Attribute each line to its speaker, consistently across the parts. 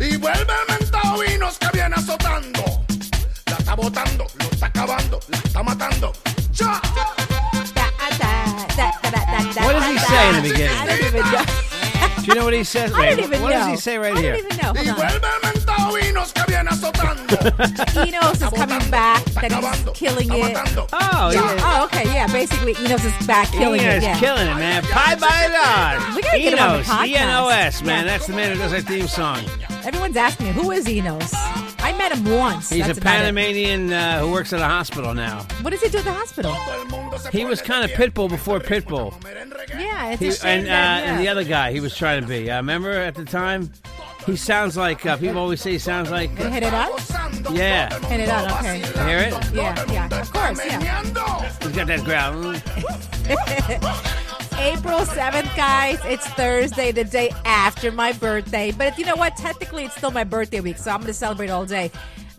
Speaker 1: Y vuelve el mentado vinos que viene azotando. La está botando, lo está acabando, la está matando. ¡Ya!
Speaker 2: What does he say in
Speaker 3: I
Speaker 2: the beginning?
Speaker 3: don't even know.
Speaker 2: Do you know what he says?
Speaker 3: I don't
Speaker 2: Wait,
Speaker 3: even
Speaker 2: what
Speaker 3: know.
Speaker 2: does he say right
Speaker 3: I
Speaker 2: here?
Speaker 3: don't even know.
Speaker 1: Y
Speaker 3: Hold on.
Speaker 1: vuelve el mentado vinos que viene azotando.
Speaker 3: Enos is coming back, that he's
Speaker 1: Acabando.
Speaker 3: killing
Speaker 1: Está
Speaker 3: it.
Speaker 1: matando.
Speaker 2: Oh,
Speaker 3: Yeah.
Speaker 2: yeah.
Speaker 3: Oh, okay, yeah. Basically, Enos is back, killing
Speaker 2: Enos
Speaker 3: it. Yeah.
Speaker 2: killing it, man. Pie by dog.
Speaker 3: We gotta get him on the
Speaker 2: Enos, E
Speaker 3: podcast.
Speaker 2: E-N-O-S, man.
Speaker 3: Yeah.
Speaker 2: That's the man who does our theme song.
Speaker 3: Everyone's asking me, who is Enos? I met him once.
Speaker 2: He's
Speaker 3: That's
Speaker 2: a
Speaker 3: about it.
Speaker 2: Panamanian uh, who works at a hospital now.
Speaker 3: What does he do at the hospital?
Speaker 1: Todo el mundo se
Speaker 2: He was
Speaker 1: pone
Speaker 2: kind
Speaker 1: de
Speaker 2: of
Speaker 1: pie.
Speaker 2: Pitbull before Pitbull.
Speaker 3: Yeah, it's
Speaker 2: He,
Speaker 3: a shame
Speaker 2: and,
Speaker 3: that,
Speaker 2: uh,
Speaker 3: yeah.
Speaker 2: and the other guy he was trying to be. Uh, remember at the time? He sounds like, uh, people always say he sounds like. uh,
Speaker 3: They hit it out?
Speaker 1: Gozando,
Speaker 2: Yeah.
Speaker 1: todo el
Speaker 3: Hit it
Speaker 1: mundo
Speaker 3: out, okay.
Speaker 1: vacilando,
Speaker 2: Hear it?
Speaker 3: Yeah, yeah, of course, yeah.
Speaker 1: meneando.
Speaker 2: He's got that growl.
Speaker 3: April 7th, guys. It's Thursday, the day after my birthday. But you know what? Technically, it's still my birthday week, so I'm going to celebrate all day.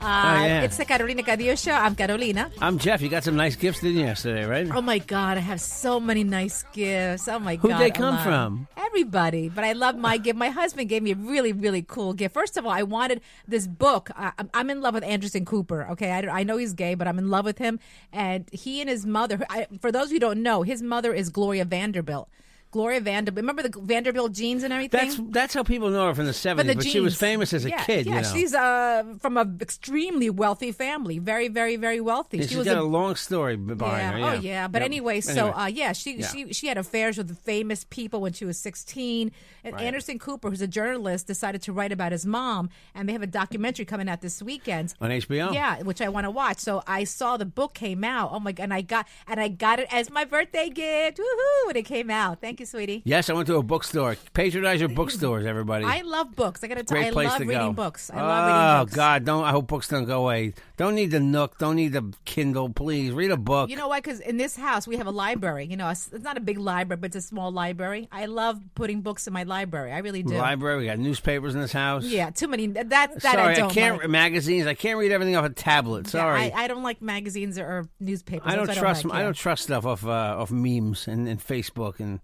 Speaker 3: Uh,
Speaker 2: yeah.
Speaker 3: It's the Carolina Cadillo Show. I'm Carolina.
Speaker 2: I'm Jeff. You got some nice gifts, didn't you, yesterday, right?
Speaker 3: Oh my God, I have so many nice gifts. Oh my
Speaker 2: Who'd
Speaker 3: God.
Speaker 2: they come
Speaker 3: Alana.
Speaker 2: from?
Speaker 3: Everybody. But I love my gift. My husband gave me a really, really cool gift. First of all, I wanted this book. I, I'm- I'm in love with Anderson Cooper. Okay. I, don't- I know he's gay, but I'm in love with him. And he and his mother, I, for those who don't know, his mother is Gloria Vanderbilt. Gloria Vanderbilt. Remember the Vanderbilt jeans and everything?
Speaker 2: That's that's how people know her from the
Speaker 3: But the
Speaker 2: seventies. But she was
Speaker 3: genes-
Speaker 2: famous as a
Speaker 3: yeah,
Speaker 2: kid.
Speaker 3: Yeah,
Speaker 2: you know.
Speaker 3: she's uh, from an extremely wealthy family, very, very, very wealthy.
Speaker 2: And
Speaker 3: she
Speaker 2: she's
Speaker 3: was
Speaker 2: got
Speaker 3: a
Speaker 2: a, long story b- behind
Speaker 3: yeah.
Speaker 2: her.
Speaker 3: Oh yeah. But
Speaker 2: Yep.
Speaker 3: anyway, so uh, yeah, she
Speaker 2: Yeah.
Speaker 3: she she had affairs with famous people when she was 16. And Anderson Cooper, who's a journalist, decided to write about his mom, and they have a documentary coming out this weekend.
Speaker 2: on HBO.
Speaker 3: Yeah, which I want to watch. So I saw the book came out. Oh my god! And I got and I got it as my birthday gift. Woohoo! When it came out, thank you, sweetie.
Speaker 2: Yes, I went to a bookstore. Patronize your bookstores, everybody.
Speaker 3: I love books. I gotta tell you,
Speaker 2: Great
Speaker 3: I
Speaker 2: place
Speaker 3: love
Speaker 2: to
Speaker 3: reading
Speaker 2: go.
Speaker 3: books. I
Speaker 2: oh
Speaker 3: love reading books.
Speaker 2: God, don't! I hope books don't go away. Don't need the Nook. Don't need the Kindle. Please read a book.
Speaker 3: You know why? Because in this house we have a library. You know, it's it's not a big library, but it's a small library. I love putting books in my library. I really do.
Speaker 2: library. We got newspapers in this house.
Speaker 3: Yeah, too many. That that
Speaker 2: Sorry,
Speaker 3: I don't.
Speaker 2: can't
Speaker 3: Like.
Speaker 2: magazines. I can't read everything off a tablet.
Speaker 3: Yeah,
Speaker 2: Sorry.
Speaker 3: I, I don't like magazines or, or newspapers.
Speaker 2: I don't
Speaker 3: Those
Speaker 2: trust.
Speaker 3: I don't, like,
Speaker 2: I
Speaker 3: yeah.
Speaker 2: don't trust stuff off uh, off memes and, and Facebook and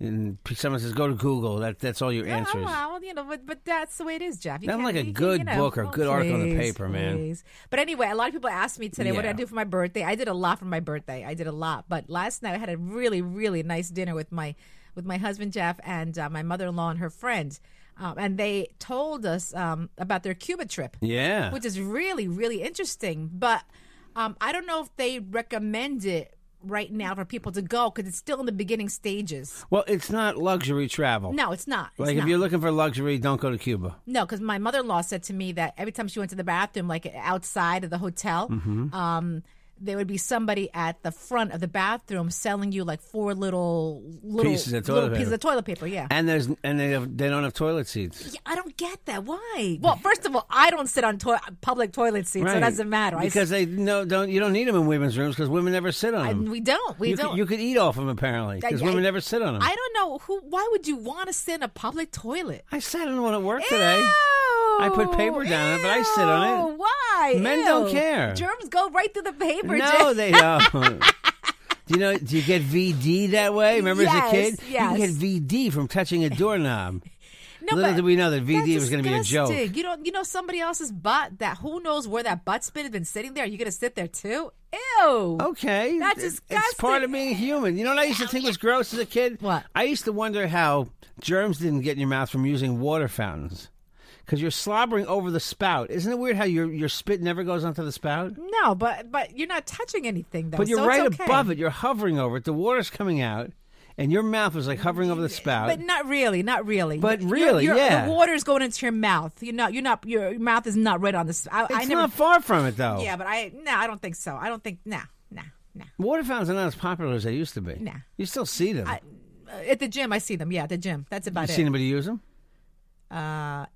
Speaker 2: and someone says go to Google. That that's all your
Speaker 3: Yeah,
Speaker 2: answers.
Speaker 3: well, you know, but, but that's the way it is, Jeff. You
Speaker 2: Nothing
Speaker 3: can't-
Speaker 2: like a
Speaker 3: you can't,
Speaker 2: good
Speaker 3: you know,
Speaker 2: book or a
Speaker 3: oh,
Speaker 2: good article in the
Speaker 3: please,
Speaker 2: paper, man.
Speaker 3: please. But anyway, a lot of people asked me today what did I
Speaker 2: Yeah.
Speaker 3: do for my birthday. I did a lot for my birthday. I did a lot, but last night I had a really, really nice dinner with my with my husband Jeff and uh, my mother in law and her friend, um, and they told us um, about their Cuba trip.
Speaker 2: Yeah.
Speaker 3: which is really really interesting but um, i don't know if they recommend it right now for people to go because it's still in the beginning stages
Speaker 2: Well, it's not luxury travel.
Speaker 3: no it's not It's
Speaker 2: Like if
Speaker 3: not.
Speaker 2: you're looking for luxury, don't go to Cuba.
Speaker 3: no because my mother-in-law said to me that every time she went to the bathroom like outside of the hotel
Speaker 2: Mm-hmm.
Speaker 3: um, there would be somebody at the front of the bathroom selling you like four little little
Speaker 2: Pieces of
Speaker 3: little
Speaker 2: toilet
Speaker 3: pieces
Speaker 2: paper.
Speaker 3: of toilet paper yeah
Speaker 2: And there's and they have, they don't have toilet seats.
Speaker 3: Yeah, I don't get that. Why? Well, first of all, I don't sit on toi- public toilet seats, so it
Speaker 2: Right.
Speaker 3: doesn't matter. I
Speaker 2: because they no don't you don't need them in women's rooms because women never sit on
Speaker 3: I,
Speaker 2: them.
Speaker 3: we don't. We
Speaker 2: you
Speaker 3: don't.
Speaker 2: Could, you could eat off them apparently
Speaker 3: I-
Speaker 2: because
Speaker 3: I-
Speaker 2: women never sit on them.
Speaker 3: I don't know who. Why would you want to sit in a public toilet
Speaker 2: I sat on one at work today. I put paper down on it, but I sit on it.
Speaker 3: Ew, Why?
Speaker 2: Men don't
Speaker 3: Ew.
Speaker 2: care.
Speaker 3: Germs go right through the paper.
Speaker 2: No,
Speaker 3: Jeff.
Speaker 2: they don't. Do you know? Do you get VD that way? Remember as a
Speaker 3: Yes,
Speaker 2: kid, you
Speaker 3: yes.
Speaker 2: can get VD from touching a doorknob.
Speaker 3: No,
Speaker 2: Little
Speaker 3: but
Speaker 2: did we know that VD
Speaker 3: that's
Speaker 2: was going to be a joke.
Speaker 3: disgusting. You don't, you know, somebody else's butt. That who knows where that butt's been been sitting there. You're going to sit there too. Ew.
Speaker 2: Okay,
Speaker 3: That's
Speaker 2: It- It's
Speaker 3: disgusting.
Speaker 2: part of being human. You know what I used to think was gross as a kid?
Speaker 3: What?
Speaker 2: I used to wonder how germs didn't get in your mouth from using water fountains. Because you're slobbering over the spout. Isn't it weird how your your spit never goes onto the spout?
Speaker 3: No, but but you're not touching anything though.
Speaker 2: But you're
Speaker 3: so
Speaker 2: right
Speaker 3: it's okay.
Speaker 2: above it. You're hovering over it. The water's coming out, and your mouth is like hovering over the spout.
Speaker 3: But not really, not really.
Speaker 2: But
Speaker 3: You're-
Speaker 2: really,
Speaker 3: you're-
Speaker 2: yeah.
Speaker 3: The water's going into your mouth. You're not. You're not. Your mouth is not right on the. s- I,
Speaker 2: it's
Speaker 3: I never.
Speaker 2: not far from it, though.
Speaker 3: Yeah, but I no, I don't think so. I don't think nah, nah, nah.
Speaker 2: Water fountains are not as popular as they used to be.
Speaker 3: Nah.
Speaker 2: You still see them.
Speaker 3: Uh, At the gym, I see them. Yeah, at the gym. That's about
Speaker 2: you
Speaker 3: it.
Speaker 2: see anybody use them?
Speaker 3: Uh,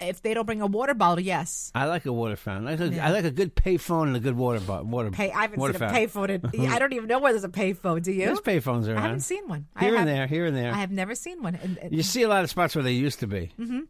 Speaker 3: if they don't bring a water bottle, yes.
Speaker 2: I like a water fountain. I like a, I like a good payphone and a good water bottle. Water.
Speaker 3: Pay. I haven't
Speaker 2: water
Speaker 3: seen a payphone. In, I don't even know where there's a payphone. Do you?
Speaker 2: There's payphones around.
Speaker 3: I haven't seen one. I
Speaker 2: Here and
Speaker 3: have-
Speaker 2: there, here and there.
Speaker 3: I have never seen one. And, and-
Speaker 2: You see a lot of spots where they used to be. Mm-hmm.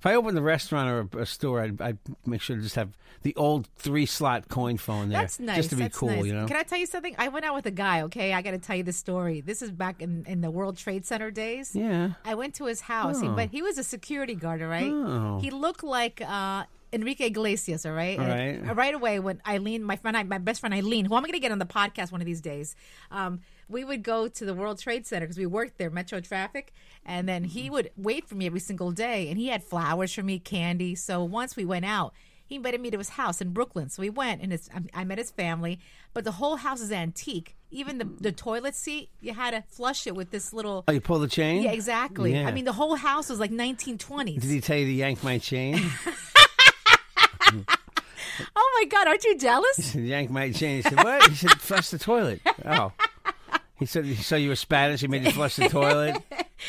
Speaker 2: If I opened a restaurant or a, a store, I'd, I'd make sure to just have the old three slot coin phone there.
Speaker 3: That's nice.
Speaker 2: Just to be
Speaker 3: that's
Speaker 2: cool,
Speaker 3: nice.
Speaker 2: you know?
Speaker 3: Can I tell you something? I went out with a guy, okay? I got to tell you this story. This is back in, in the World Trade Center days.
Speaker 2: Yeah. Oh.
Speaker 3: I went to his house, he- but he was a security guard, all right? He looked like uh, Enrique Iglesias, all right?
Speaker 2: All
Speaker 3: And
Speaker 2: right.
Speaker 3: Right away, when Eileen, my friend, my best friend Eileen, who I'm going to get on the podcast one of these days, um, we would go to the World Trade Center because we worked there, Metro Traffic, and then
Speaker 2: Mm-hmm.
Speaker 3: he would wait for me every single day, and he had flowers for me, candy. So once we went out, he invited me to his house in Brooklyn. So we went, and his, I- I met his family, but the whole house is antique. Even
Speaker 2: Mm-hmm.
Speaker 3: the, the toilet seat, you had to flush it with this little.
Speaker 2: Oh, you pull the chain?
Speaker 3: Yeah, exactly.
Speaker 2: Yeah.
Speaker 3: I mean, the whole house was like 1920s.
Speaker 2: Did he tell you to yank my chain?
Speaker 3: oh my God, aren't you jealous?
Speaker 2: to yank my chain. He said, "What?" He said, "Flush the toilet." Oh, he said, "He saw you were Spanish. He made you flush the toilet."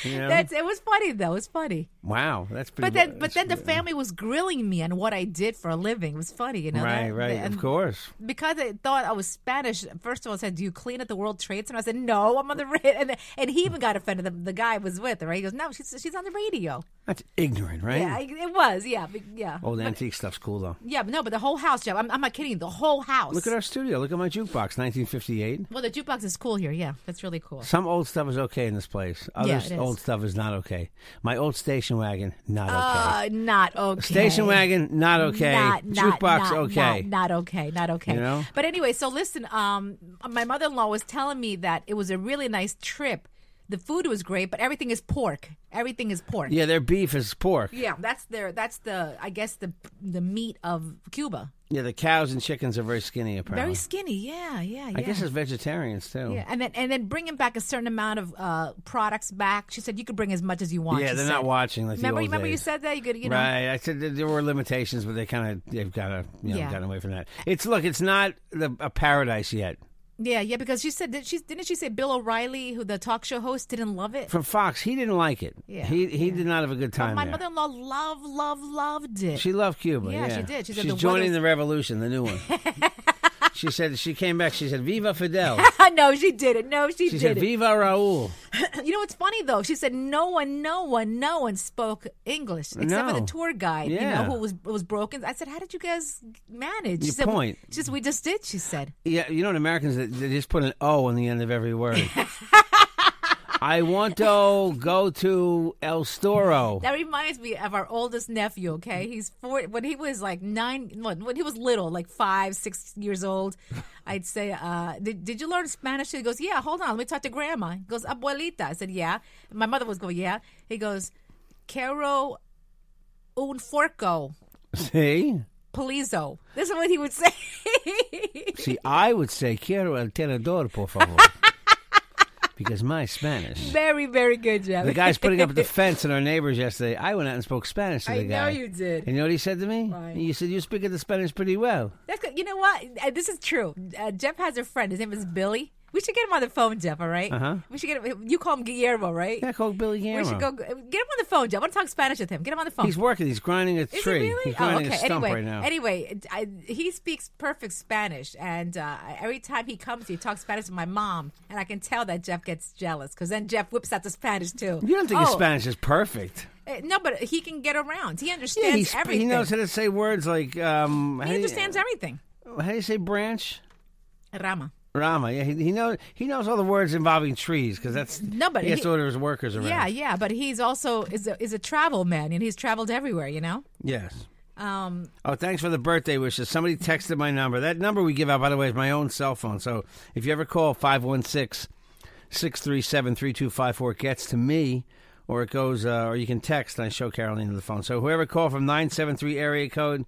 Speaker 2: You know?
Speaker 3: That's, it was funny though. It was funny.
Speaker 2: wow, that's pretty.
Speaker 3: But then,
Speaker 2: wa-
Speaker 3: but
Speaker 2: that's
Speaker 3: then the
Speaker 2: pretty-
Speaker 3: family was grilling me on what I did for a living. It was funny, you know.
Speaker 2: right,
Speaker 3: that-
Speaker 2: right,
Speaker 3: and
Speaker 2: of course.
Speaker 3: Because they thought I was Spanish. First of all, I said, "Do you clean at the World Trade Center?" I said, "No, I'm on the radio." And, and he even got offended. The, the guy I was with, right? He goes, "No, she's she's on the radio."
Speaker 2: That's ignorant, right?
Speaker 3: Yeah, I- it was. Yeah, but- yeah,
Speaker 2: Old antique stuff's cool though.
Speaker 3: yeah. But no, but the whole house, Jeff. I'm, I'm not kidding. The whole house.
Speaker 2: Look at our studio. Look at my jukebox, 1958.
Speaker 3: Well, the jukebox is cool here. Yeah, that's really cool.
Speaker 2: Some old stuff is okay in this place. Other
Speaker 3: Yeah, it is.
Speaker 2: old stuff is not okay. My old station wagon, not okay.
Speaker 3: Uh, not okay.
Speaker 2: Station wagon, not okay.
Speaker 3: Not, not,
Speaker 2: Jukebox,
Speaker 3: not,
Speaker 2: okay.
Speaker 3: Not, not okay. Not okay.
Speaker 2: You know?
Speaker 3: But anyway, so listen. Um, my mother-in-law was telling me that it was a really nice trip. The food was great, but everything is pork. Everything is pork.
Speaker 2: Yeah, their beef is pork.
Speaker 3: Yeah, that's their. That's the. I guess the the meat of Cuba.
Speaker 2: Yeah, the cows and chickens are very skinny apparently.
Speaker 3: Very skinny. Yeah, yeah, yeah.
Speaker 2: I guess it's vegetarians too.
Speaker 3: yeah, and then and then bringing back a certain amount of uh, products back. She said you could bring as much as you want.
Speaker 2: Yeah,
Speaker 3: she
Speaker 2: they're not
Speaker 3: said.
Speaker 2: watching like the
Speaker 3: Remember,
Speaker 2: old
Speaker 3: remember you
Speaker 2: days.
Speaker 3: said that you could, you know.
Speaker 2: Right. I said that there were limitations, but they kind of they've got to you know
Speaker 3: Yeah.
Speaker 2: gotten away from that. It's look, it's not the, a paradise yet
Speaker 3: Yeah, yeah, because she said that she didn't she say Bill O'Reilly, who the talk show host, didn't love it.
Speaker 2: from Fox. He didn't like it.
Speaker 3: Yeah,
Speaker 2: He he did not have a good time.
Speaker 3: My
Speaker 2: there.
Speaker 3: mother-in-law loved, loved, loved it.
Speaker 2: She loved Cuba.
Speaker 3: Yeah,
Speaker 2: Yeah,
Speaker 3: she did. She said
Speaker 2: She's
Speaker 3: the
Speaker 2: joining
Speaker 3: weather's-
Speaker 2: the revolution, the new one. she said she came back. She said, "Viva Fidel."
Speaker 3: no, she didn't. No, she,
Speaker 2: She said,
Speaker 3: didn't.
Speaker 2: "Viva Raúl."
Speaker 3: you know what's funny though? She said no one, no one, no one spoke English except for
Speaker 2: No.
Speaker 3: the tour guide.
Speaker 2: Yeah.
Speaker 3: You know who was was broken. I said, how did you guys manage? she
Speaker 2: Your
Speaker 3: said,
Speaker 2: point.
Speaker 3: We, she said, we just did. She said,
Speaker 2: Yeah, you know what Americans they- they just put an O on the end of every word. I want to go to El Storo.
Speaker 3: That reminds me of our oldest nephew. Okay, he's four. When he was like nine, when when he was little, like five, six years old, I'd say, uh, did, "Did you learn Spanish?" He goes, "Yeah." Hold on, let me talk to grandma. He goes, "Abuelita." I said, "Yeah." My mother was going, "Yeah." He goes, "Quiero un forco,
Speaker 2: See.
Speaker 3: palizo." This is what he would say.
Speaker 2: See, I would say quiero el tenedor, por favor, because my Spanish.
Speaker 3: very, very good, Jeff.
Speaker 2: The guy's putting up the fence in our neighbors yesterday. I went out and spoke Spanish to the
Speaker 3: I know
Speaker 2: guy.
Speaker 3: you did.
Speaker 2: And you know what he said to me?
Speaker 3: Right.
Speaker 2: You said you speak the Spanish pretty well.
Speaker 3: That's good. You know what? Uh, this is true. Uh, Jeff has a friend. His name is Billy. We should get him on the phone, Jeff. All right. Uh-huh. We should get him. You call him Guillermo, right?
Speaker 2: Yeah, I called Billy
Speaker 3: We should go
Speaker 2: Guillermo.
Speaker 3: get him on the phone, Jeff. I want to talk Spanish with him. Get him on the phone.
Speaker 2: He's working. He's grinding a
Speaker 3: Is
Speaker 2: tree.
Speaker 3: he really? Oh,
Speaker 2: He's grinding
Speaker 3: okay.
Speaker 2: a stump
Speaker 3: anyway,
Speaker 2: right now.
Speaker 3: anyway, I, he speaks perfect Spanish, and uh, every time he comes, he talks Spanish to my mom, and I can tell that Jeff gets jealous because then Jeff whips out the Spanish too.
Speaker 2: you don't think his
Speaker 3: Oh,
Speaker 2: Spanish is perfect?
Speaker 3: uh, No, but he can get around. He understands
Speaker 2: Yeah, he, sp-
Speaker 3: everything.
Speaker 2: he knows how to say words like
Speaker 3: He
Speaker 2: um. how do you-
Speaker 3: understands everything.
Speaker 2: how do you say branch?
Speaker 3: Rama.
Speaker 2: Rama, yeah, he, he knows he knows all the words involving trees because that's
Speaker 3: No, but
Speaker 2: he has
Speaker 3: he-
Speaker 2: to order his workers around.
Speaker 3: Yeah, yeah, but he's also is a, is a travel man and he's traveled everywhere, you know?
Speaker 2: Yes.
Speaker 3: Um,
Speaker 2: Oh, thanks for the birthday wishes. Somebody texted my number. That number we give out, by the way, is my own cell phone. So if you ever call 516 637 3254, it gets to me, or it goes, uh, or you can text, and I show Caroline the phone. So whoever called from 973 area code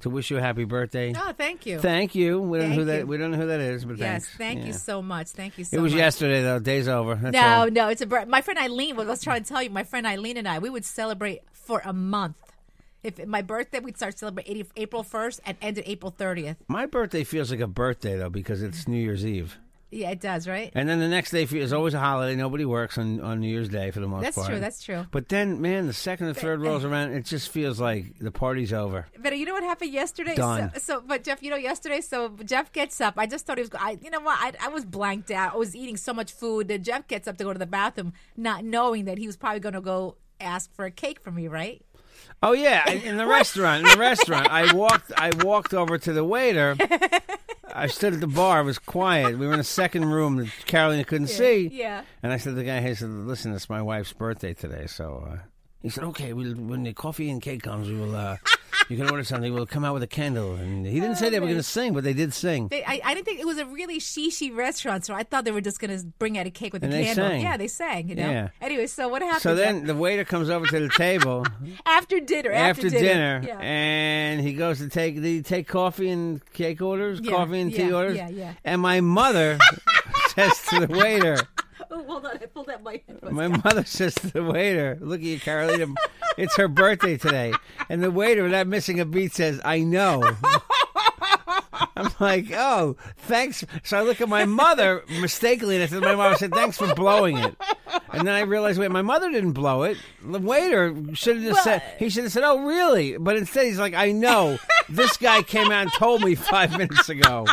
Speaker 2: to wish you a happy birthday.
Speaker 3: oh, thank you.
Speaker 2: Thank you. We don't know who
Speaker 3: Thank
Speaker 2: that
Speaker 3: you.
Speaker 2: we don't know who that is, but
Speaker 3: yes,
Speaker 2: thanks.
Speaker 3: thank
Speaker 2: Yeah.
Speaker 3: you so much. Thank you so
Speaker 2: It was
Speaker 3: much.
Speaker 2: yesterday though. Day's over. That's
Speaker 3: No,
Speaker 2: all.
Speaker 3: no, it's a br- my friend Eileen. Well, I was trying to tell you, my friend Eileen and I, we would celebrate for a month. If my birthday, we'd start celebrating 80, April first and end at April thirtieth.
Speaker 2: My birthday feels like a birthday though because it's New Year's Eve.
Speaker 3: Yeah, it does, right?
Speaker 2: And then the next day for you is always a holiday. Nobody works on, on New Year's Day for the most
Speaker 3: That's
Speaker 2: part.
Speaker 3: true, that's true. uh,
Speaker 2: But then, man, the second and third rolls around, it just feels like the party's over.
Speaker 3: But you know what happened yesterday?
Speaker 2: Done.
Speaker 3: So, so, but Jeff, you know, yesterday, so Jeff gets up. I just thought he was. I, you know what? I, I was blanked out. I was eating so much food that Jeff gets up to go to the bathroom, not knowing that he was probably going to go ask for a cake from me, right?
Speaker 2: Oh yeah, in- in the restaurant. In the restaurant, I walked. I walked over to the waiter. I stood at the bar. It was quiet. We were in a second room that Carolina couldn't see.
Speaker 3: yeah.
Speaker 2: And I said to the guy, "Hey, I said, listen, it's my wife's birthday today, so." Uh, he said, "Okay, we'll, when the coffee and cake comes, we will. Uh, you can order something. We'll come out with a candle." And he
Speaker 3: Oh,
Speaker 2: didn't say they were going to sing, but they did sing.
Speaker 3: They, I, I didn't think it was a really shishi restaurant, so I thought they were just going to bring out a cake with
Speaker 2: And
Speaker 3: a
Speaker 2: they
Speaker 3: candle.
Speaker 2: sang.
Speaker 3: Yeah, they sang. You know.
Speaker 2: Yeah.
Speaker 3: Anyway, so what happened?
Speaker 2: so then the waiter comes over to the table
Speaker 3: after dinner,
Speaker 2: after, dinner, eh?
Speaker 3: yeah.
Speaker 2: and he goes to take did he take coffee and cake orders,
Speaker 3: Yeah,
Speaker 2: coffee and tea
Speaker 3: yeah,
Speaker 2: orders.
Speaker 3: yeah, yeah.
Speaker 2: And my mother says to the waiter,
Speaker 3: oh, hold on, I pulled out my. headphones.
Speaker 2: my mother says to the waiter, "Look at you, Carolina, it's her birthday today." And the waiter, without missing a beat, says, "I know." I'm like, oh, thanks. So I look at my mother mistakenly, and I said, my mom I said, thanks for blowing it. And then I realized, wait, my mother didn't blow it. The waiter should have just
Speaker 3: Well-
Speaker 2: said, he should have said, oh, really? But instead, he's like, I know. This guy came out and told me five minutes ago.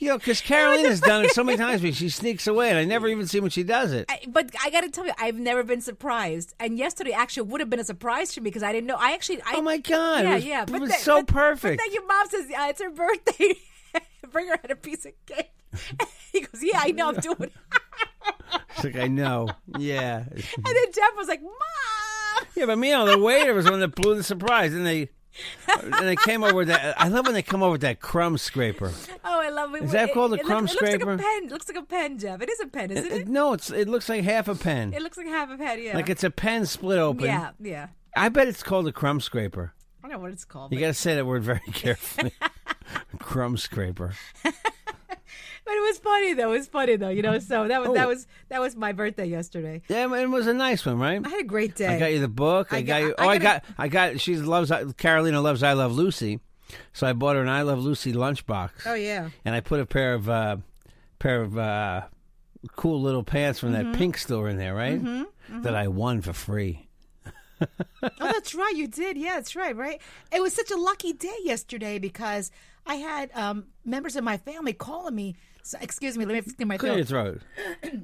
Speaker 2: You know, because Caroline has done it so many times, but she sneaks away, and I never even see when she does it.
Speaker 3: I- but I got to tell you, I've never been surprised. And yesterday actually would have been a surprise for me because I didn't know. I actually, I,
Speaker 2: Oh my God!
Speaker 3: yeah,
Speaker 2: it was,
Speaker 3: yeah,
Speaker 2: it was
Speaker 3: then-
Speaker 2: so
Speaker 3: but-
Speaker 2: perfect.
Speaker 3: But then your mom says, "Yeah, it's her birthday. Bring her out a piece of cake." he goes, "Yeah, I know, I'm doing." it.
Speaker 2: It's like I know. Yeah,
Speaker 3: And then Jeff was like, "Mom."
Speaker 2: yeah. But me, you know, the waiter was the one that blew the surprise, and they and they came over with that. I love when they come over with that crumb scraper.
Speaker 3: Oh, I love it.
Speaker 2: Is that
Speaker 3: It-
Speaker 2: called a
Speaker 3: it
Speaker 2: crumb
Speaker 3: looks, It
Speaker 2: scraper?
Speaker 3: looks like a pen. It looks like a pen, Jeff. It is a pen, isn't
Speaker 2: It-
Speaker 3: it?
Speaker 2: no, it's it looks like half a pen.
Speaker 3: It looks like half a pen. Yeah.
Speaker 2: Like it's a pen split open.
Speaker 3: yeah, yeah.
Speaker 2: I bet it's called a crumb scraper.
Speaker 3: I don't know what it's called.
Speaker 2: You
Speaker 3: But,
Speaker 2: got to say that word very carefully. crumb scraper.
Speaker 3: but it was funny though. It was funny though. You know. So that was
Speaker 2: Oh.
Speaker 3: that was that was my birthday yesterday.
Speaker 2: Yeah, and it was a nice one, right?
Speaker 3: I had a great day.
Speaker 2: I got you the book. I,
Speaker 3: I
Speaker 2: got
Speaker 3: got-
Speaker 2: you.
Speaker 3: I
Speaker 2: Oh, I got.
Speaker 3: gotta-
Speaker 2: I got. She loves. Carolina loves. I love Lucy. So I bought her an I love Lucy lunchbox.
Speaker 3: Oh yeah.
Speaker 2: and I put a pair of uh, pair of uh, cool little pants from
Speaker 3: Mm-hmm.
Speaker 2: that pink store in there, right? That I won for free.
Speaker 3: Oh, that's right. You did. Yeah, that's right. Right. It was such a lucky day yesterday because I had um, members of my family calling me. So, excuse me. Let me clear my
Speaker 2: Clear your
Speaker 3: throat.
Speaker 2: throat.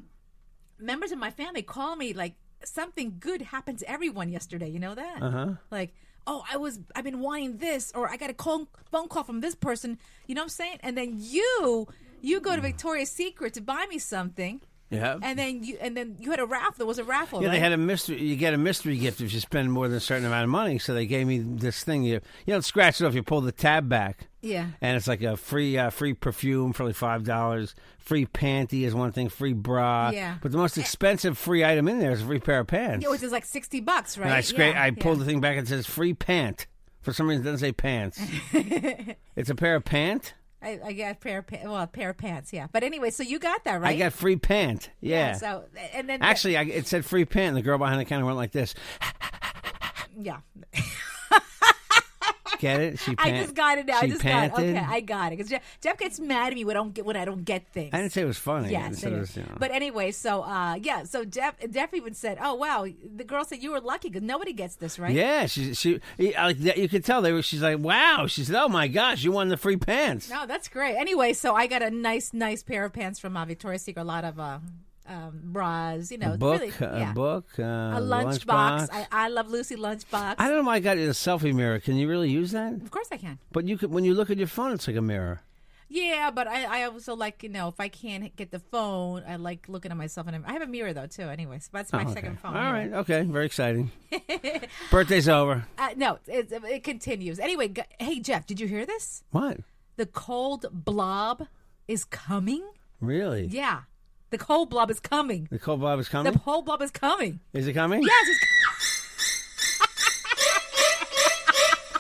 Speaker 3: Members of my family call me like something good happened to everyone yesterday. You know that?
Speaker 2: Uh-huh.
Speaker 3: Like, oh, I was I've been wanting this, or I got a call, phone call from this person. You know what I'm saying? And then you you go to Victoria's Secret to buy me something,
Speaker 2: Yeah.
Speaker 3: and then you and then you had a raffle. There was a raffle.
Speaker 2: yeah,
Speaker 3: right?
Speaker 2: they had a mystery. You get a mystery gift if you spend more than a certain amount of money. So they gave me this thing. You you don't scratch it off. You pull the tab back.
Speaker 3: Yeah.
Speaker 2: and it's like a free uh, free perfume for like five dollars. Free panty is one thing. Free bra.
Speaker 3: Yeah.
Speaker 2: But the most expensive free item in there is a free pair of pants.
Speaker 3: It was just like sixty bucks, right?
Speaker 2: And I scra-
Speaker 3: Yeah,
Speaker 2: I
Speaker 3: yeah.
Speaker 2: pulled the thing back and it says free pant. For some reason, it doesn't say pants. it's a pair of pant.
Speaker 3: I, I got a pair of pa- well, a pair of pants, yeah. But anyway, so you got that right?
Speaker 2: I got free pant. Yeah.
Speaker 3: So and then
Speaker 2: Actually, I, it said free pant, and the girl behind the counter went like this.
Speaker 3: yeah.
Speaker 2: Get it? She.
Speaker 3: I
Speaker 2: pant-
Speaker 3: just got it now.
Speaker 2: She
Speaker 3: I just got it.
Speaker 2: panted.
Speaker 3: Okay, I got it. Because Jeff, Jeff gets mad at me when I don't get when I don't get things.
Speaker 2: I didn't say it was funny. I
Speaker 3: Yes,
Speaker 2: said it
Speaker 3: it
Speaker 2: was,
Speaker 3: is.
Speaker 2: you know.
Speaker 3: but anyway, so uh, yeah, so Jeff Jeff even said, "Oh wow," the girl said, "You were lucky because nobody gets this right."
Speaker 2: yeah, she she I like that- you could tell they were. She's like, wow. She said, oh my gosh, you won the free pants.
Speaker 3: No, Oh, that's great. Anyway, so I got a nice, nice pair of pants from uh, Victoria's Secret. A lot of uh, um, bras, you know,
Speaker 2: a book,
Speaker 3: really, yeah.
Speaker 2: a book, uh,
Speaker 3: a lunchbox.
Speaker 2: lunchbox.
Speaker 3: I, I love Lucy lunchbox.
Speaker 2: I don't know why I got you a selfie mirror. Can you really use that?
Speaker 3: of course, I can.
Speaker 2: But you could when you look at your phone, it's like a mirror.
Speaker 3: Yeah, but I, I also like you know if I can't get the phone, I like looking at myself and I have a mirror though too. Anyway, so that's my second phone.
Speaker 2: All right. Oh, Okay. Very exciting. Birthday's over.
Speaker 3: Uh, no, it, it, it continues. Anyway, g- hey Jeff, did you hear this?
Speaker 2: What?
Speaker 3: The cold blob is coming.
Speaker 2: Really?
Speaker 3: Yeah, the cold blob is coming.
Speaker 2: The cold blob is
Speaker 3: The
Speaker 2: coming.
Speaker 3: cold blob is coming.
Speaker 2: is it coming?
Speaker 3: Yes, it's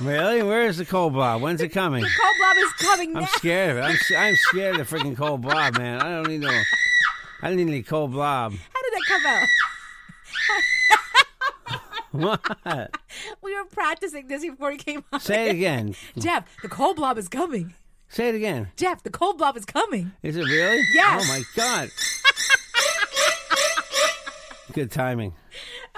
Speaker 2: Really? Where is the cold blob? When's it coming?
Speaker 3: cold blob is coming now.
Speaker 2: I'm scared of it. I'm, s- I'm scared of the freaking cold blob, man. I don't need no. I don't need any cold blob.
Speaker 3: How did that come out?
Speaker 2: What?
Speaker 3: We were practicing this before he came on.
Speaker 2: Say it again.
Speaker 3: Jeff, the cold blob is coming.
Speaker 2: Say it again.
Speaker 3: Jeff, the cold blob is coming.
Speaker 2: Is it really?
Speaker 3: Yes.
Speaker 2: Oh my god. Good timing.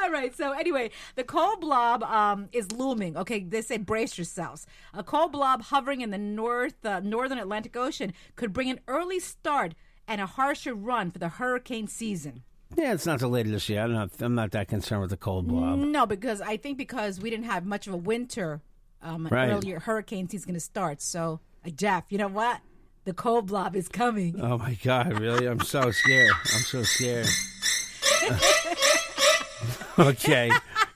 Speaker 3: All right. So anyway, the cold blob um, is looming. Okay, they say brace yourselves. A cold blob hovering in the north uh, northern Atlantic Ocean could bring an early start and a harsher run for the hurricane season.
Speaker 2: Yeah, it's not till later this year. I'm not. I'm not that concerned with the cold blob.
Speaker 3: No, because I think because we didn't have much of a winter, um,
Speaker 2: Right.
Speaker 3: earlier hurricane season's going to start. So uh, Jeff, you know what? The cold blob is coming.
Speaker 2: Oh my god! Really? I'm so scared. I'm so scared. okay,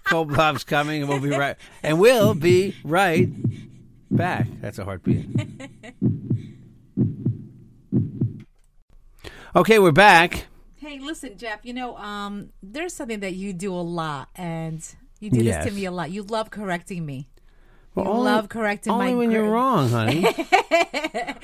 Speaker 2: cold blob's coming, and we'll be right. And we'll be right back. That's a heartbeat. Okay, we're back.
Speaker 3: Hey, listen, Jeff. You know, um, there's something that you do a lot, and you do this
Speaker 2: Yes.
Speaker 3: to me a lot. You love correcting me.
Speaker 2: Well,
Speaker 3: You love correcting
Speaker 2: only
Speaker 3: my
Speaker 2: when you're
Speaker 3: gr-
Speaker 2: wrong, honey.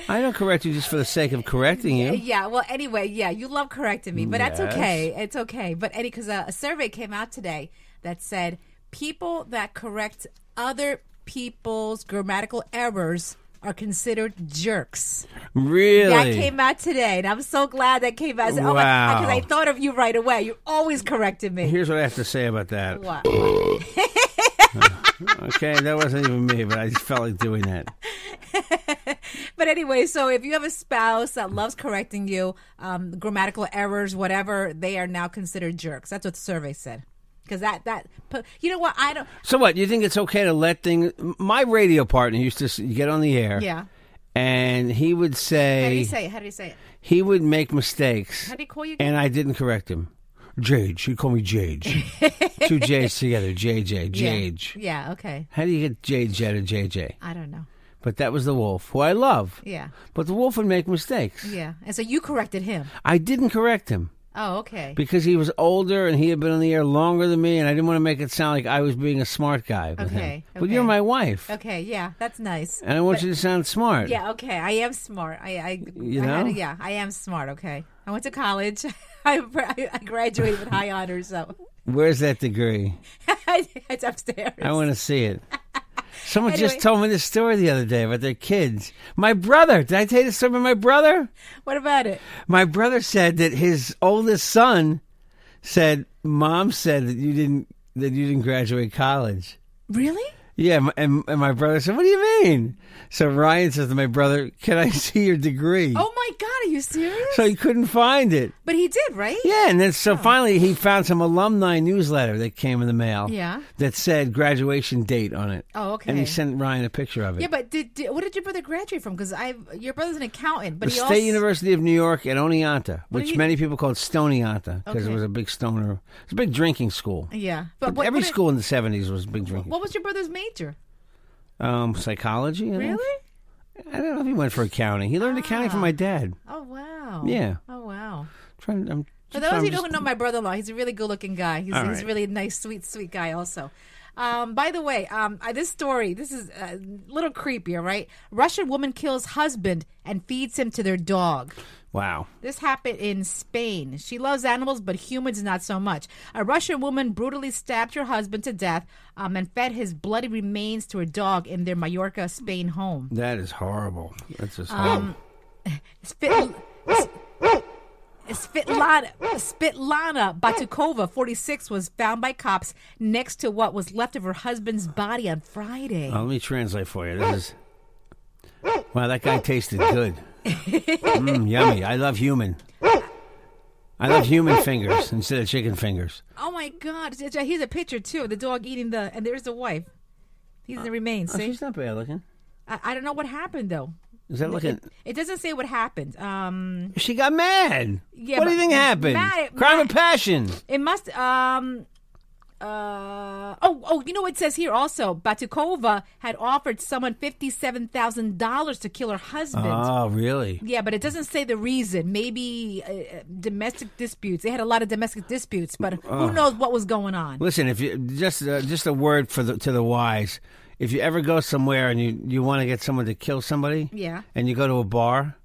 Speaker 2: I don't correct you just for the sake of correcting you.
Speaker 3: Yeah. Well, anyway, yeah, you love correcting me, but that's
Speaker 2: Yes.
Speaker 3: okay. It's okay. But any because a, a survey came out today that said people that correct other people's grammatical errors are considered jerks.
Speaker 2: Really?
Speaker 3: That came out today, and I'm so glad that came out. I said, Oh my!
Speaker 2: Wow.
Speaker 3: Because I thought of you right away. You always corrected me.
Speaker 2: Here's what I have to say about that.
Speaker 3: What?
Speaker 2: Okay, that wasn't even me, but I just felt like doing that.
Speaker 3: But anyway, so if you have a spouse that loves correcting you, um, grammatical errors, whatever, they are now considered jerks. That's what the survey said. Because that that but you know what I don't.
Speaker 2: So what? You think it's okay to let things? My radio partner used to s- get on the air,
Speaker 3: Yeah.
Speaker 2: and he would say,
Speaker 3: How do you say it? How do you say it?
Speaker 2: he would make mistakes,
Speaker 3: How do you call you? Again?
Speaker 2: and I didn't correct him. Jage, he'd call me Jage. Two J's together, JJ, Jage.
Speaker 3: Yeah. Okay.
Speaker 2: How do you get Jage out of JJ?
Speaker 3: I don't know.
Speaker 2: But that was the wolf, who I love.
Speaker 3: Yeah.
Speaker 2: But the wolf would make mistakes.
Speaker 3: Yeah. And so you corrected him.
Speaker 2: I didn't correct him
Speaker 3: Oh, okay.
Speaker 2: because he was older and he had been on the air longer than me, and I didn't want to make it sound like I was being a smart guy. With him.
Speaker 3: Okay,
Speaker 2: But you're
Speaker 3: okay.
Speaker 2: my wife,
Speaker 3: okay. Yeah. That's nice.
Speaker 2: and I want you to sound smart.
Speaker 3: Yeah. Okay. I am smart. I. I
Speaker 2: You
Speaker 3: I had
Speaker 2: know?
Speaker 3: a- yeah. I am smart. Okay. I went to college. I, I graduated with high honors. So
Speaker 2: Where's that degree?
Speaker 3: it's upstairs.
Speaker 2: I want to see it. Someone just
Speaker 3: Anyway.
Speaker 2: told me this story the other day about their kids. My brother, did I tell you the story about my brother?
Speaker 3: what about it?
Speaker 2: My brother said that his oldest son said, "Mom said that you didn't that you didn't graduate college."
Speaker 3: Really?
Speaker 2: Yeah, m- and, and my brother said, "What do you mean?" So Ryan says to my brother, "Can I see your degree?"
Speaker 3: Oh my God, are you serious?
Speaker 2: So he couldn't find it.
Speaker 3: but he did, right?
Speaker 2: Yeah, and then so finally he found some alumni newsletter that came in the mail.
Speaker 3: Yeah.
Speaker 2: That said graduation date on it.
Speaker 3: Oh, okay.
Speaker 2: And he sent Ryan a picture of it.
Speaker 3: Yeah, but did, did what did your brother graduate from? Because I, your brother's an accountant, but
Speaker 2: the
Speaker 3: he
Speaker 2: State
Speaker 3: also
Speaker 2: University of New York at Oneonta, which
Speaker 3: you-
Speaker 2: many people called Oneonta because
Speaker 3: Okay.
Speaker 2: it was a big stoner. It's a big drinking school.
Speaker 3: Yeah, but what,
Speaker 2: Every
Speaker 3: what did-
Speaker 2: school in the seventies was big drinking.
Speaker 3: what was your brother's major?
Speaker 2: Um, psychology. I think.
Speaker 3: Really?
Speaker 2: I don't know if he went for accounting. He learned accounting from my dad.
Speaker 3: Oh wow.
Speaker 2: Yeah.
Speaker 3: Oh wow.
Speaker 2: trying. I'm,
Speaker 3: For those
Speaker 2: I'm
Speaker 3: of you who
Speaker 2: just-
Speaker 3: don't know my brother-in-law, he's a really good-looking guy. He's, he's
Speaker 2: right.
Speaker 3: really a nice, sweet, sweet guy. Also, um, by the way, um, I, this story this is a little creepy, all right? Russian woman kills husband and feeds him to their dog.
Speaker 2: Wow.
Speaker 3: This happened in Spain. She loves animals, but humans not so much. A Russian woman brutally stabbed her husband to death um, and fed his bloody remains to her dog in their Mallorca, Spain home.
Speaker 2: That is horrible. That's just
Speaker 3: Ah.
Speaker 2: horrible.
Speaker 3: Spit- Spitlana, Spitlana Batukova, 46, was found by cops next to what was left of her husband's body on Friday.
Speaker 2: Uh, let me translate for you. This is. Wow, that guy tasted good. Mm, yummy. I love human. I love human fingers instead of chicken fingers.
Speaker 3: Oh my God! Here's a picture too of the dog eating the, and there's the wife. He's the remains. See,
Speaker 2: Oh, She's not bad looking.
Speaker 3: I, I don't know what happened though.
Speaker 2: Is that looking?
Speaker 3: It doesn't say what happened. Um,
Speaker 2: She got mad.
Speaker 3: Yeah,
Speaker 2: what do
Speaker 3: but-
Speaker 2: you think happened?
Speaker 3: Mad-
Speaker 2: Crime of
Speaker 3: mad-
Speaker 2: passion.
Speaker 3: it must. Um, uh, oh, oh, you know what it says here also? Batukova had offered someone fifty-seven thousand dollars to kill her husband.
Speaker 2: Oh, really?
Speaker 3: Yeah, but it doesn't say the reason. Maybe uh, domestic disputes. They had a lot of domestic disputes, but who knows what was going on?
Speaker 2: Listen, if you just uh, just a word for the to the wise, if you ever go somewhere and you you want to get someone to kill somebody,
Speaker 3: Yeah.
Speaker 2: and you go to a bar,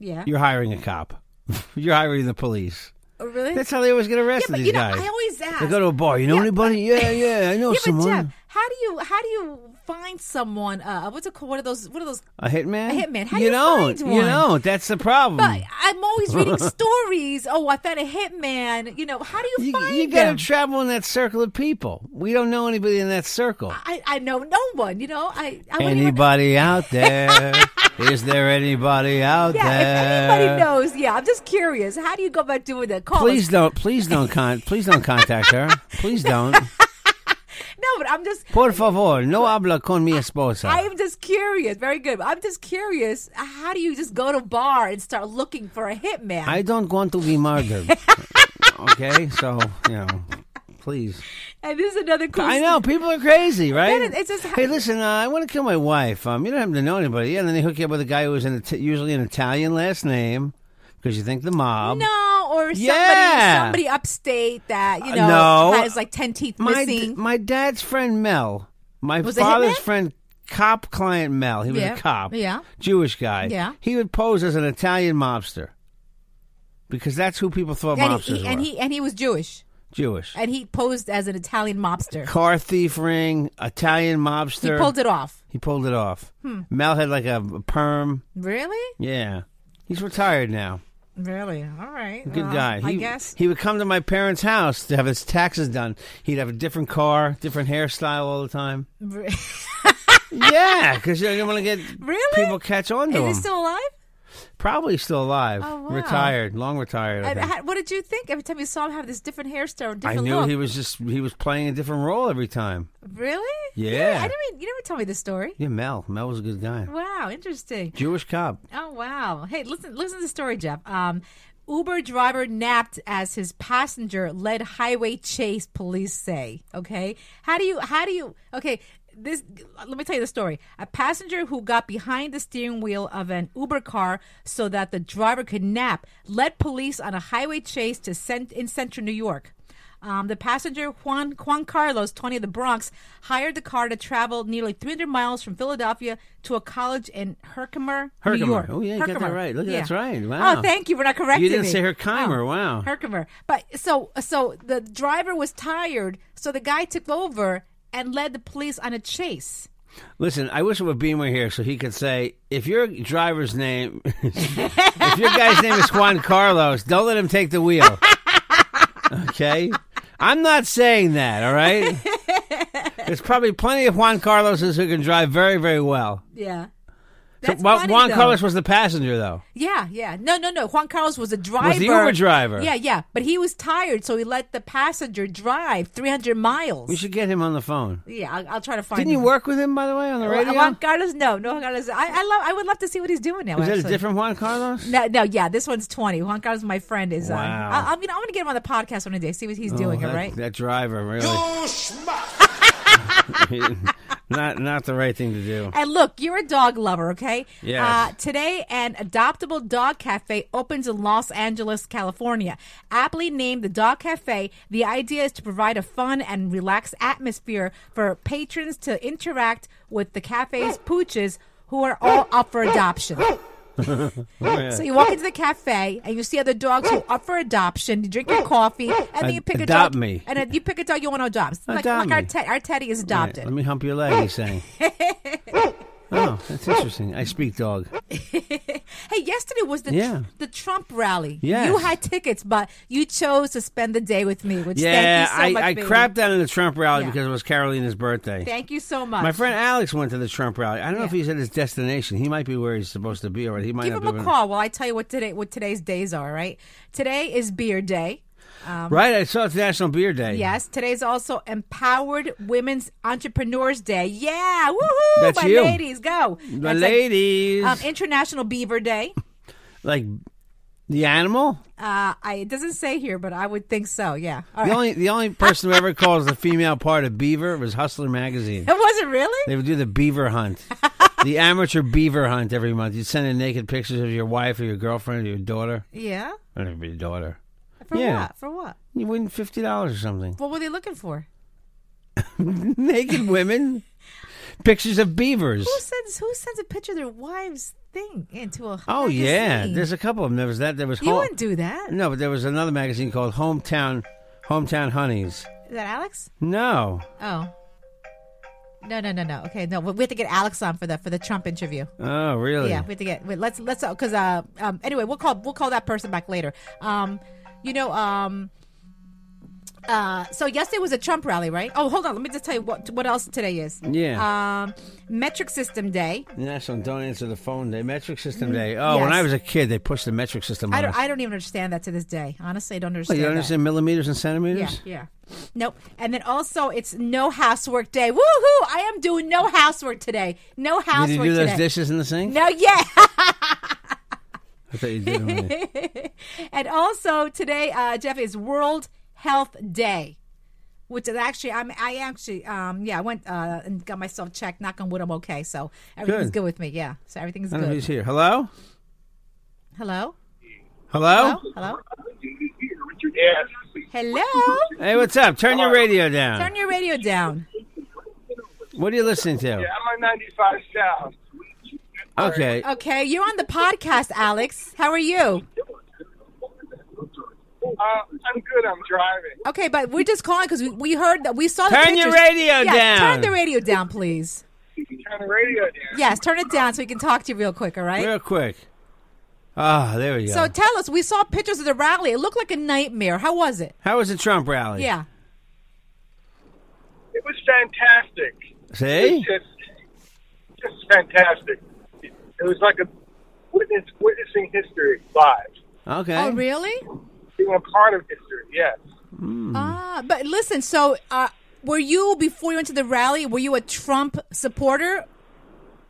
Speaker 3: Yeah.
Speaker 2: you're hiring a cop. you're hiring the police.
Speaker 3: Oh, really?
Speaker 2: That's how they always get
Speaker 3: yeah,
Speaker 2: arrested.
Speaker 3: but
Speaker 2: these
Speaker 3: you know,
Speaker 2: guys.
Speaker 3: I always ask.
Speaker 2: They go to a bar. You know
Speaker 3: Yeah,
Speaker 2: anybody?
Speaker 3: but-
Speaker 2: yeah, yeah, I know
Speaker 3: yeah,
Speaker 2: someone.
Speaker 3: But Jeff, how do you how do you find someone? Uh, what's it called? What are those? What are those?
Speaker 2: a hitman.
Speaker 3: A hitman. How do
Speaker 2: you
Speaker 3: you
Speaker 2: don't.
Speaker 3: find
Speaker 2: You
Speaker 3: one?
Speaker 2: don't. That's the problem.
Speaker 3: But I'm always reading stories. Oh, I found a hitman. You know, how do you,
Speaker 2: you,
Speaker 3: find
Speaker 2: you
Speaker 3: them?
Speaker 2: gotta travel in that circle of people. We don't know anybody in that circle.
Speaker 3: I I know no one. You know, I I wouldn't even-
Speaker 2: anybody out there? Is there anybody out
Speaker 3: Yeah, if
Speaker 2: there?
Speaker 3: anybody knows, yeah, I'm just curious. How do you go about doing that? Call
Speaker 2: Please
Speaker 3: us.
Speaker 2: don't. Please don't. Con- please don't contact her. Please don't.
Speaker 3: No, but I'm just
Speaker 2: Por favor, no habla con mi esposa.
Speaker 3: I am just curious. Very good. I'm just curious. How do you just go to a bar and start looking for a hitman?
Speaker 2: I don't want to be murdered. okay, so you know, please.
Speaker 3: and this is another cool.
Speaker 2: I know people are crazy, right?
Speaker 3: That is- it's just-
Speaker 2: hey, listen, uh, I want to kill my wife. Um, you don't happen to know anybody, yeah? And then they hook you up with a guy who is an, Ita- usually an Italian last name because you think the mob.
Speaker 3: No, or somebody,
Speaker 2: Yeah.
Speaker 3: somebody upstate that you
Speaker 2: Uh,
Speaker 3: know
Speaker 2: no.
Speaker 3: has like ten teeth
Speaker 2: my
Speaker 3: missing.
Speaker 2: my dad's friend Mel, my
Speaker 3: Was a
Speaker 2: father's
Speaker 3: hitman?
Speaker 2: friend, cop client Mel. He was
Speaker 3: Yeah,
Speaker 2: a cop,
Speaker 3: yeah.
Speaker 2: Jewish guy.
Speaker 3: Yeah.
Speaker 2: he would pose as an Italian mobster because that's who people thought
Speaker 3: and,
Speaker 2: mobsters
Speaker 3: he,
Speaker 2: were.
Speaker 3: and he and he was Jewish,
Speaker 2: Jewish
Speaker 3: and he posed as an Italian mobster.
Speaker 2: car thief ring, Italian
Speaker 3: He
Speaker 2: mobster.
Speaker 3: pulled it Hmm. off.
Speaker 2: He pulled it off. Mel had like a, a perm.
Speaker 3: Really,
Speaker 2: Yeah, he's retired now.
Speaker 3: really. All right,
Speaker 2: Good
Speaker 3: Well,
Speaker 2: guy. He,
Speaker 3: I guess.
Speaker 2: he would come to my parents' house to have his taxes done. He'd have a different car, different hairstyle all the time.
Speaker 3: Re-
Speaker 2: Yeah, because you don't want to get
Speaker 3: Really?
Speaker 2: people catch on to
Speaker 3: Is
Speaker 2: him.
Speaker 3: he still alive?
Speaker 2: Probably still alive.
Speaker 3: Oh, wow.
Speaker 2: Retired, long retired. I,
Speaker 3: And
Speaker 2: think.
Speaker 3: how- what did you think every time you saw him have this different hairstyle, different
Speaker 2: I knew
Speaker 3: look?
Speaker 2: he was just he was playing a different role every time.
Speaker 3: Really?
Speaker 2: Yeah.
Speaker 3: I didn't. You never told me this story.
Speaker 2: Yeah, Mel. Mel was a good guy.
Speaker 3: Wow, interesting.
Speaker 2: Jewish cop.
Speaker 3: Oh wow. Hey, listen, listen to the story, Jeff. Um, Uber driver napped as his passenger led highway chase. Police say. Okay. How do you? How do you? Okay. This. Let me tell you the story. A passenger who got behind the steering wheel of an Uber car so that the driver could nap led police on a highway chase to cent- in central New York. Um, the passenger Juan Juan Carlos, 20 of the Bronx, hired the car to travel nearly 300 miles from Philadelphia to a college in Herkimer,
Speaker 2: Herkimer.
Speaker 3: New York.
Speaker 2: Oh, yeah, you got that right. Look, that's right. Wow.
Speaker 3: Oh, thank you for not correcting
Speaker 2: You didn't
Speaker 3: me. Oh,
Speaker 2: say Herkimer. Wow.
Speaker 3: Herkimer. But so so the driver was tired, so the guy took over and led the police on a chase.
Speaker 2: Listen, I wish it would Beam were here so he could say if your driver's name, if your guy's name is Juan Carlos, don't let him take the wheel. Okay, I'm not saying that. All right, there's probably plenty of Juan Carloses who can drive very, very well.
Speaker 3: Yeah.
Speaker 2: So
Speaker 3: That's
Speaker 2: Wa-
Speaker 3: funny,
Speaker 2: Juan
Speaker 3: though.
Speaker 2: Carlos was the passenger, though.
Speaker 3: Yeah, yeah. No, no, no. Juan Carlos was a driver.
Speaker 2: the Uber driver.
Speaker 3: Yeah, yeah. But he was tired, so he let the passenger drive 300 miles.
Speaker 2: We should get him on the phone.
Speaker 3: yeah, I'll, I'll try to find
Speaker 2: Didn't you
Speaker 3: him.
Speaker 2: work with him, by the way, on the
Speaker 3: Well,
Speaker 2: radio?
Speaker 3: Juan Carlos, no, no, Juan Carlos. I, I love. I would love to see what he's doing now.
Speaker 2: Is that a
Speaker 3: actually.
Speaker 2: different Juan Carlos?
Speaker 3: No, no, yeah, this one's twenty. Juan Carlos, my friend, is. Uh,
Speaker 2: Wow.
Speaker 3: I, I'm gonna. I'm gonna get him on the podcast one day. See what he's
Speaker 2: Oh,
Speaker 3: doing.
Speaker 2: that,
Speaker 3: all right.
Speaker 2: That driver, really,
Speaker 1: You schmuck.
Speaker 2: not not the right thing to do.
Speaker 3: And look, you're a dog lover, okay?
Speaker 2: Yes.
Speaker 3: Uh, today, an adoptable dog cafe opens in Los Angeles, California. Aptly named the Dog Cafe, the idea is to provide a fun and relaxed atmosphere for patrons to interact with the cafe's pooches who are all up for adoption.
Speaker 2: Oh,
Speaker 3: So you walk into the cafe and you see other dogs who are up for adoption. You drink your coffee and then you pick a
Speaker 2: Adopt
Speaker 3: dog.
Speaker 2: me.
Speaker 3: And then you pick a dog you want to adopt. It's Like,
Speaker 2: Adopt
Speaker 3: like our,
Speaker 2: me.
Speaker 3: te- our teddy is
Speaker 2: All right,
Speaker 3: adopted.
Speaker 2: let me hump your leg, he's saying. oh, that's interesting. I speak dog.
Speaker 3: Hey, yesterday was the
Speaker 2: Yeah.
Speaker 3: the Trump rally.
Speaker 2: Yes.
Speaker 3: You had tickets, but you chose to spend the day with me, which
Speaker 2: Yeah,
Speaker 3: thank you so
Speaker 2: I,
Speaker 3: much.
Speaker 2: I
Speaker 3: baby.
Speaker 2: crapped out on the Trump rally
Speaker 3: Yeah.
Speaker 2: because it was Carolina's birthday.
Speaker 3: Thank you so much.
Speaker 2: My friend Alex went to the Trump rally. I don't know if
Speaker 3: Yeah.
Speaker 2: he's at his destination. He might be where he's supposed to be already. He might
Speaker 3: Give
Speaker 2: not
Speaker 3: him
Speaker 2: be
Speaker 3: a
Speaker 2: where-
Speaker 3: call while I tell you what today what today's days are, all right? Today is beer day.
Speaker 2: right? I saw it's National Beer Day.
Speaker 3: Yes, today's also Empowered Women's Entrepreneurs Day. Yeah, woohoo!
Speaker 2: That's
Speaker 3: my
Speaker 2: you.
Speaker 3: ladies, go.
Speaker 2: The
Speaker 3: That's like,
Speaker 2: ladies.
Speaker 3: um, International Beaver Day.
Speaker 2: like the animal?
Speaker 3: Uh, I, it doesn't say here, but I would think so. Yeah. All
Speaker 2: The
Speaker 3: right.
Speaker 2: only the only person who ever calls the female part of beaver was Hustler magazine.
Speaker 3: It wasn't really.
Speaker 2: They would do the beaver hunt, the amateur beaver hunt every month. You'd send in naked pictures of your wife or your girlfriend or your daughter.
Speaker 3: Yeah.
Speaker 2: I don't know if it'd be your daughter.
Speaker 3: For
Speaker 2: Yeah.
Speaker 3: what? For what?
Speaker 2: You win fifty dollars or something.
Speaker 3: What were they looking for?
Speaker 2: naked women, pictures of beavers.
Speaker 3: Who sends Who sends a picture of their wives thing into a?
Speaker 2: Oh yeah,
Speaker 3: magazine?
Speaker 2: there's a couple of them. There was that. There was
Speaker 3: you
Speaker 2: Home-
Speaker 3: wouldn't do that.
Speaker 2: no, but there was another magazine called Hometown Hometown Honeys.
Speaker 3: Is that Alex?
Speaker 2: No,
Speaker 3: Oh. No, no, no, no. Okay, no. We we have to get Alex on for the for the Trump interview.
Speaker 2: oh really?
Speaker 3: Yeah, we have to get. Wait, let's let's because uh, um anyway we'll call we'll call that person back later. Um, you know um. Uh, so yesterday was a Trump rally, right? Oh, hold on. Let me just tell you what what else today is.
Speaker 2: Yeah.
Speaker 3: Um, metric system day.
Speaker 2: National Don't Answer the Phone Day, Metric System Day. Oh, when
Speaker 3: Mm, Yes.
Speaker 2: I was a kid, they pushed the metric system
Speaker 3: I
Speaker 2: on
Speaker 3: don't.
Speaker 2: us.
Speaker 3: I don't even understand that to this day. Honestly, I don't
Speaker 2: Wait,
Speaker 3: understand.
Speaker 2: you don't
Speaker 3: that.
Speaker 2: understand millimeters and
Speaker 3: Yeah,
Speaker 2: centimeters?
Speaker 3: yeah. Nope. And then also, it's no housework day. Woohoo! I am doing no housework today. No housework
Speaker 2: Did you do those
Speaker 3: today.
Speaker 2: dishes in the sink?
Speaker 3: No, yeah.
Speaker 2: I thought you did. them when you-
Speaker 3: and also today, uh, Jeff is World Health Day, which is actually I'm I actually um yeah I went uh, and got myself checked. Knock on wood, I'm okay. So everything's
Speaker 2: Good.
Speaker 3: good, with me. Yeah. So everything's
Speaker 2: I don't know who's
Speaker 3: good.
Speaker 2: here. Hello?
Speaker 3: Hello.
Speaker 2: Hello?
Speaker 3: Hello.
Speaker 4: Yes.
Speaker 3: Hello.
Speaker 2: Hey, what's up? Turn your radio down.
Speaker 3: Turn your radio down.
Speaker 2: What are you listening to?
Speaker 4: I'm on 95 South.
Speaker 2: Okay.
Speaker 3: Okay, you're on the podcast, Alex. How are you?
Speaker 4: Uh, I'm good. I'm driving.
Speaker 3: Okay, but we're just calling because we, we heard that we saw the
Speaker 2: Turn your
Speaker 3: pictures.
Speaker 2: radio
Speaker 3: Yeah,
Speaker 2: down.
Speaker 3: Turn the radio down, please.
Speaker 4: Turn the radio down.
Speaker 3: Yes, turn it down so we can talk to you real quick. All right.
Speaker 2: Real quick. Ah, there we go.
Speaker 3: So tell us, we saw pictures of the rally. It looked like a nightmare. How was it?
Speaker 2: How was the Trump rally?
Speaker 3: Yeah.
Speaker 4: It was fantastic.
Speaker 2: See?
Speaker 4: Just, just fantastic. It was like a witness witnessing history live.
Speaker 2: Okay.
Speaker 3: Oh, really?
Speaker 4: Being a part of history. Yes.
Speaker 2: Hmm.
Speaker 3: Ah, but listen. So, uh, were you before you went to the rally? Were you a Trump supporter,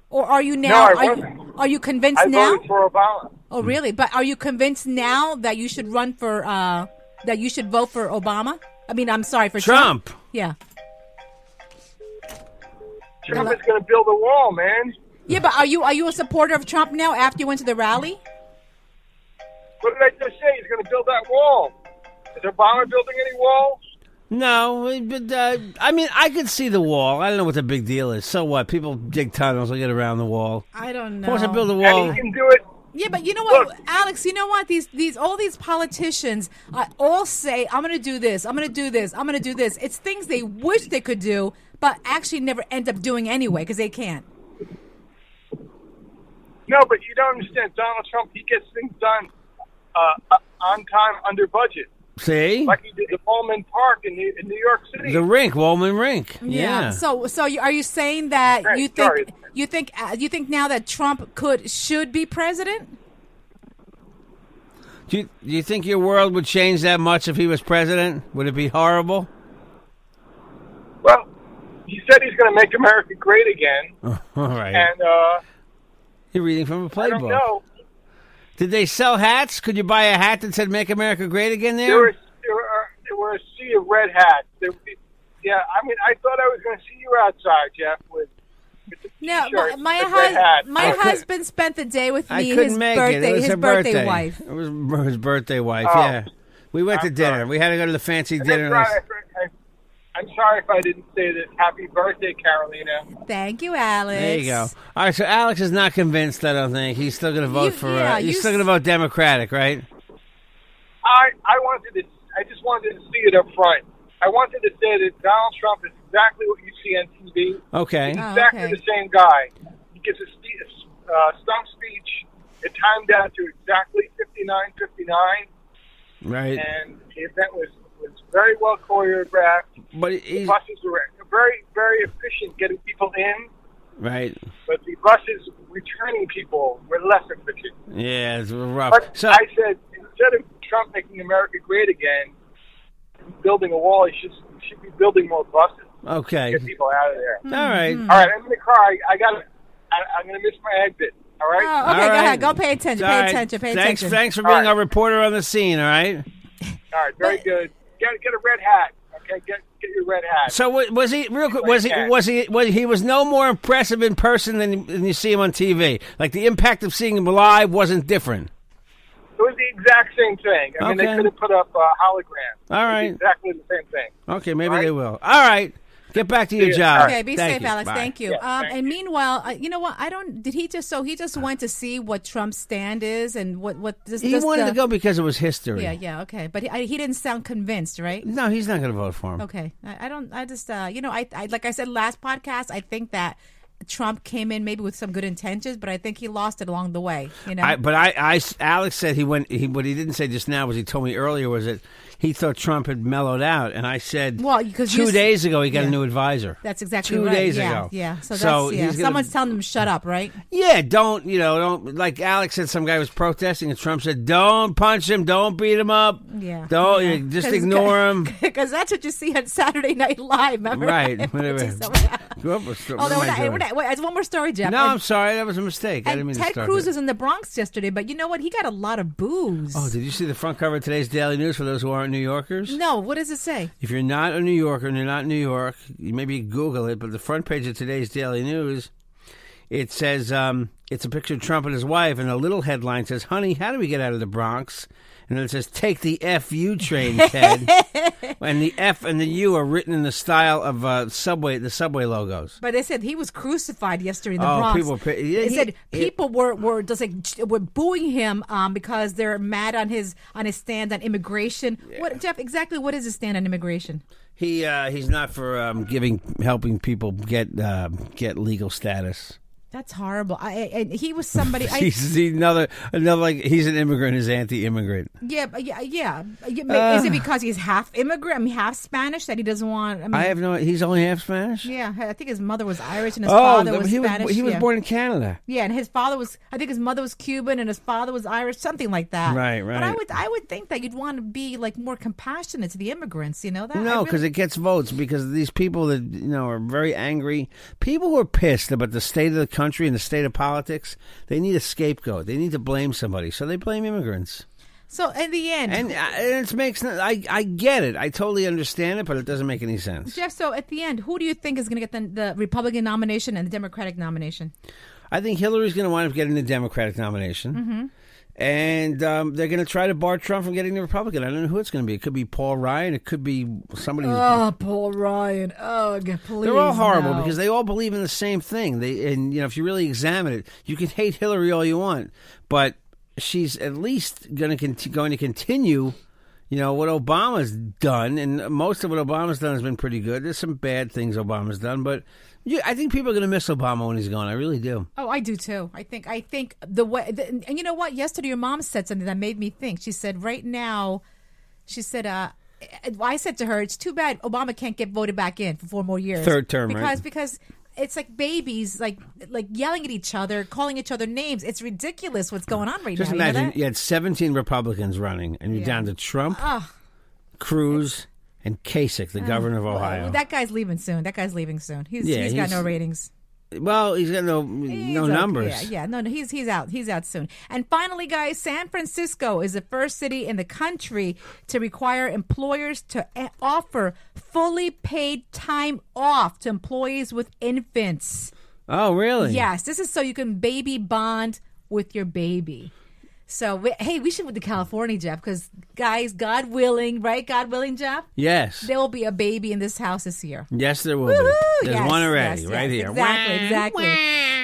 Speaker 3: or are you now?
Speaker 4: I
Speaker 3: are, you,
Speaker 4: wasn't.
Speaker 3: are you convinced
Speaker 4: I
Speaker 3: now?
Speaker 4: voted for Obama.
Speaker 3: oh, really? But are you convinced now that you should run for uh, that you should vote for Obama? I mean, I'm sorry for
Speaker 2: Trump.
Speaker 3: Yeah.
Speaker 4: Trump is going to build a wall, man.
Speaker 3: Yeah, but are you are you a supporter of Trump now after you went to the rally?
Speaker 4: What did I just say? He's going to build that wall. Is Obama building any wall?
Speaker 2: No, but uh, I mean, I could see the wall. I don't know what the big deal is. So what? People dig tunnels. They get around the wall.
Speaker 3: I don't
Speaker 2: Of course, I build a
Speaker 4: And
Speaker 2: wall.
Speaker 4: he can do it.
Speaker 3: Yeah, but you know what,
Speaker 4: Look.
Speaker 3: Alex? You know what? These these all these politicians uh, all say, "I'm going to do this. I'm going to do this. I'm going to do this." It's things they wish they could do, but actually never end up doing anyway because they can't.
Speaker 4: No, but you don't understand. Donald Trump, he gets things done uh, uh, on time, under budget,
Speaker 2: See?
Speaker 4: like he did the Pullman Park in New, in New York City.
Speaker 2: The rink, Wallman Rink. Yeah.
Speaker 3: So so you, are you saying that
Speaker 4: Right,
Speaker 3: you think
Speaker 4: sorry.
Speaker 3: you think uh, you think now that Trump could should be president?
Speaker 2: do, you, do you think your world would change that much if he was president? Would it be horrible?
Speaker 4: well, he said he's going to make America great again,
Speaker 2: All right.
Speaker 4: and uh,
Speaker 2: You're reading from a playbook.
Speaker 4: I don't know.
Speaker 2: Did they sell hats? Could you buy a hat that said "Make America Great Again"?
Speaker 4: There
Speaker 2: There.
Speaker 4: were there were, there were a sea of red hats. There, would be- yeah, I mean, I thought I was going to see you outside, Jeff, with. with the
Speaker 3: No, my,
Speaker 4: t-shirt,
Speaker 3: my,
Speaker 4: the red hat.
Speaker 3: hus- my
Speaker 2: Okay.
Speaker 3: husband spent the day with
Speaker 2: I
Speaker 3: me.
Speaker 2: couldn't
Speaker 3: his
Speaker 2: make
Speaker 3: birthday,
Speaker 2: it. It was
Speaker 3: his
Speaker 2: her
Speaker 3: birthday,
Speaker 2: birthday,
Speaker 3: wife.
Speaker 2: It was b- his birthday wife.
Speaker 4: Oh.
Speaker 2: Yeah. We went to
Speaker 4: I'm
Speaker 2: dinner.
Speaker 4: sorry.
Speaker 2: We had to go to the fancy
Speaker 4: And
Speaker 2: dinner.
Speaker 4: I'm sorry, if I- I'm sorry if I didn't say this. Happy birthday, Carolina.
Speaker 3: Thank you, Alex.
Speaker 2: There you go. All right, so Alex is not convinced. I don't think he's still going to vote
Speaker 3: You-
Speaker 2: for.
Speaker 3: yeah,
Speaker 2: uh, he's
Speaker 3: you
Speaker 2: still going to
Speaker 3: s-
Speaker 2: vote Democratic, right?
Speaker 4: I I wanted to I just wanted to see it up front. I wanted to say that Donald Trump is exactly what you see on TV.
Speaker 2: Okay.
Speaker 3: Oh,
Speaker 4: exactly
Speaker 3: okay.
Speaker 4: the same guy. He gives a spe- uh, stump speech. It timed out to exactly 59:59,
Speaker 2: Right.
Speaker 4: and the event was was very well choreographed.
Speaker 2: But
Speaker 4: The
Speaker 2: he's
Speaker 4: buses were very very efficient getting people in,
Speaker 2: right.
Speaker 4: but the buses returning people were less efficient.
Speaker 2: Yeah, it's rough.
Speaker 4: But
Speaker 2: So
Speaker 4: I said, instead of Trump making America great again, building a wall. He should should be building more buses
Speaker 2: Okay.
Speaker 4: to get people out of there.
Speaker 3: Hmm.
Speaker 2: All right.
Speaker 3: Mm-hmm.
Speaker 4: All right, I'm gonna cry. I got. I, I'm gonna miss my exit. All right.
Speaker 3: Oh, okay,
Speaker 2: All
Speaker 3: go
Speaker 2: right.
Speaker 3: ahead. Go pay attention.
Speaker 2: All
Speaker 3: pay
Speaker 2: right.
Speaker 3: attention. Pay
Speaker 2: thanks,
Speaker 3: attention.
Speaker 2: Thanks for being
Speaker 4: right.
Speaker 2: our reporter on the scene, all right?
Speaker 4: All right. Very
Speaker 3: But-
Speaker 4: good. Get get a red hat. Okay. Get get your red hat.
Speaker 2: So wa- was he real quick? Was he
Speaker 4: that.
Speaker 2: was he was he was no more impressive in person than, than you see him on TV? Like the impact of seeing him live wasn't different.
Speaker 4: it was the exact same thing. I mean,
Speaker 2: Okay.
Speaker 4: they could have put up a hologram.
Speaker 2: All
Speaker 4: It was
Speaker 2: right.
Speaker 4: Exactly the same thing.
Speaker 2: Okay, maybe
Speaker 4: All right.
Speaker 2: they will. All right, get back to your job.
Speaker 3: Okay, be
Speaker 2: Thank
Speaker 3: safe,
Speaker 2: you.
Speaker 3: Alex.
Speaker 2: Bye.
Speaker 3: Thank you.
Speaker 4: Yeah,
Speaker 3: um,
Speaker 4: thank
Speaker 3: and
Speaker 4: you.
Speaker 3: meanwhile, uh, you know what? I don't. Did he just? So he just went to see what Trump's stand is and what what this.
Speaker 2: Uh-huh. He
Speaker 3: just
Speaker 2: wanted
Speaker 3: the-
Speaker 2: to go because it was history.
Speaker 3: Yeah, yeah, okay. But he, I, he didn't sound convinced, right?
Speaker 2: No, he's not going to vote for him.
Speaker 3: Okay. I, I don't. I just. Uh, you know, I, I like I said last podcast. I think that Trump came in maybe with some good intentions, but I think he lost it along the way. You know.
Speaker 2: I, but I, I, Alex said he went. He, what he didn't say just now was he told me earlier was that he thought Trump had mellowed out, and I said,
Speaker 3: Well, 'cause
Speaker 2: two
Speaker 3: you s-
Speaker 2: days ago he got
Speaker 3: yeah.
Speaker 2: a new advisor.
Speaker 3: that's exactly
Speaker 2: two
Speaker 3: right.
Speaker 2: days
Speaker 3: yeah,
Speaker 2: ago.
Speaker 3: Yeah. So,
Speaker 2: So
Speaker 3: that's yeah.
Speaker 2: he's gonna-
Speaker 3: Someone's telling him shut up, right?
Speaker 2: Yeah, don't you know? Don't like Alex said. Some guy was protesting, and Trump said, "Don't punch him. Don't beat him up.
Speaker 3: Yeah.
Speaker 2: don't
Speaker 3: Yeah.
Speaker 2: you just
Speaker 3: 'Cause-
Speaker 2: ignore him."
Speaker 3: Because that's what you see on Saturday Night Live. Remember?
Speaker 2: Right, whatever.
Speaker 3: Which is so bad.
Speaker 2: What was- what
Speaker 3: Although
Speaker 2: am
Speaker 3: we're
Speaker 2: I
Speaker 3: not,
Speaker 2: doing?
Speaker 3: we're not, wait, it's Oh, one more story, Jeff.
Speaker 2: no,
Speaker 3: And-
Speaker 2: I'm sorry, that was a mistake. I
Speaker 3: And
Speaker 2: didn't mean
Speaker 3: Ted
Speaker 2: to start
Speaker 3: Cruz
Speaker 2: that.
Speaker 3: was in the Bronx yesterday, but you know what? He got a lot of booze.
Speaker 2: Oh, did you see the front cover of today's Daily News for those who aren't New Yorkers?
Speaker 3: no, what does it say?
Speaker 2: If you're not a New Yorker and you're not in New York, you maybe Google it, but the front page of today's Daily News, it says um, it's a picture of Trump and his wife, and the little headline says, Honey, how do we get out of the Bronx? And then it says, Take the FU train, Ted. and the F and the U are written in the style of uh, subway, the subway logos.
Speaker 3: But they said he was crucified yesterday in the
Speaker 2: Oh,
Speaker 3: Bronx.
Speaker 2: people pi- yeah,
Speaker 3: they
Speaker 2: he-
Speaker 3: said
Speaker 2: he-
Speaker 3: people were, were just like ch- were booing him um, because they're mad on his on his stand on immigration. What Jeff? Exactly what is his stand on immigration?
Speaker 2: He uh, he's not for um, giving helping people get uh, get legal status.
Speaker 3: That's horrible. I, I, and he was somebody. I,
Speaker 2: He's another another like he's an immigrant. He's anti-immigrant.
Speaker 3: yeah, but yeah, yeah. You may- is
Speaker 2: Uh.
Speaker 3: it because he's half immigrant, I mean, half Spanish, that he doesn't want? I mean,
Speaker 2: I have no. He's only half Spanish.
Speaker 3: yeah. I think his mother was Irish and his
Speaker 2: Oh,
Speaker 3: father
Speaker 2: the-
Speaker 3: was
Speaker 2: he was
Speaker 3: Spanish.
Speaker 2: he was
Speaker 3: yeah.
Speaker 2: born in Canada.
Speaker 3: Yeah, and his father was I think his mother was Cuban and his father was Irish, something like that.
Speaker 2: Right,
Speaker 3: But I
Speaker 2: right.
Speaker 3: would I would think that you'd want to be like more compassionate to the immigrants, you know that? I
Speaker 2: No,
Speaker 3: Ah, really-
Speaker 2: because it gets votes. Because these people that you know are very angry, people who are pissed about the state of the country and the state of politics, they need a scapegoat. They need to blame somebody, so they blame immigrants.
Speaker 3: So in the end
Speaker 2: And, uh, and it makes no- I I get it. I totally understand it, but it doesn't make any sense.
Speaker 3: Jeff, so at the end, who do you think is going to get the, the Republican nomination and the Democratic nomination?
Speaker 2: I think Hillary's going to wind up getting the Democratic nomination.
Speaker 3: Mm-hmm.
Speaker 2: And um, they're going to try to bar Trump from getting the Republican. I don't know who it's going to be. It could be Paul Ryan. It could be somebody. who's
Speaker 3: Oh, Paul Ryan. Ugh, please.
Speaker 2: They're all horrible
Speaker 3: no.
Speaker 2: because they all believe in the same thing. They and you know if you really examine it, you can hate Hillary all you want, but she's at least going to conti- going to continue. You know what Obama's done, and most of what Obama's done has been pretty good. There's some bad things Obama's done, but you, I think people are going to miss Obama when he's gone. I really do.
Speaker 3: Oh, I do too. I think I think the way the, and you know what? Yesterday, your mom said something that made me think. She said, "Right now," she said, "Uh." I said to her, "It's too bad Obama can't get voted back in for four more years,
Speaker 2: Third term, right?
Speaker 3: because because it's like babies, like like yelling at each other, calling each other names. It's ridiculous what's going on right
Speaker 2: Just
Speaker 3: now. you know
Speaker 2: imagine
Speaker 3: that?
Speaker 2: you had 17 Republicans running, and you're down to Trump, Cruz, and Kasich, the governor of Ohio.
Speaker 3: Oh, that guy's leaving soon. That guy's leaving soon. He's
Speaker 2: Yeah,
Speaker 3: he's got no
Speaker 2: he's-
Speaker 3: ratings.
Speaker 2: well, he's got no
Speaker 3: He's
Speaker 2: no
Speaker 3: okay.
Speaker 2: numbers.
Speaker 3: Yeah, yeah. No, no, he's he's out. He's out soon. And finally, guys, San Francisco is the first city in the country to require employers to a- offer fully paid time off to employees with infants.
Speaker 2: Oh, really?
Speaker 3: Yes, this is so you can baby bond with your baby. So we, hey, we should move to California, Jeff, because guys, God willing, right? God willing, Jeff,
Speaker 2: Yes.
Speaker 3: there will be a baby in this house this year.
Speaker 2: Yes, there will
Speaker 3: Woo-hoo!
Speaker 2: be. There's
Speaker 3: Yes,
Speaker 2: one already,
Speaker 3: yes,
Speaker 2: right
Speaker 3: yes,
Speaker 2: here.
Speaker 3: Exactly, exactly.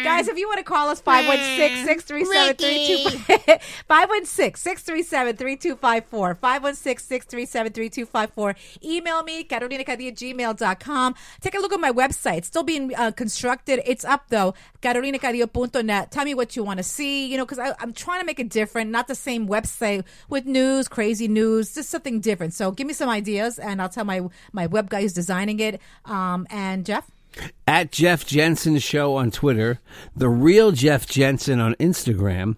Speaker 3: Guys, if you want to call us, 516-637-3254. 516-637-3254. 516-637-3254. Email me, carolinacadillo@gmail.com. Take a look at my website. It's still being uh, constructed. It's up, though, carolinacadillo.net. Tell me what you want to see, you know, because I'm trying to make it different, not the same website with news, crazy news, just something different. So give me some ideas, and I'll tell my, my web guy who's designing it. Um, and Jeff?
Speaker 2: At Jeff Jensen Show on Twitter, The Real Jeff Jensen on Instagram,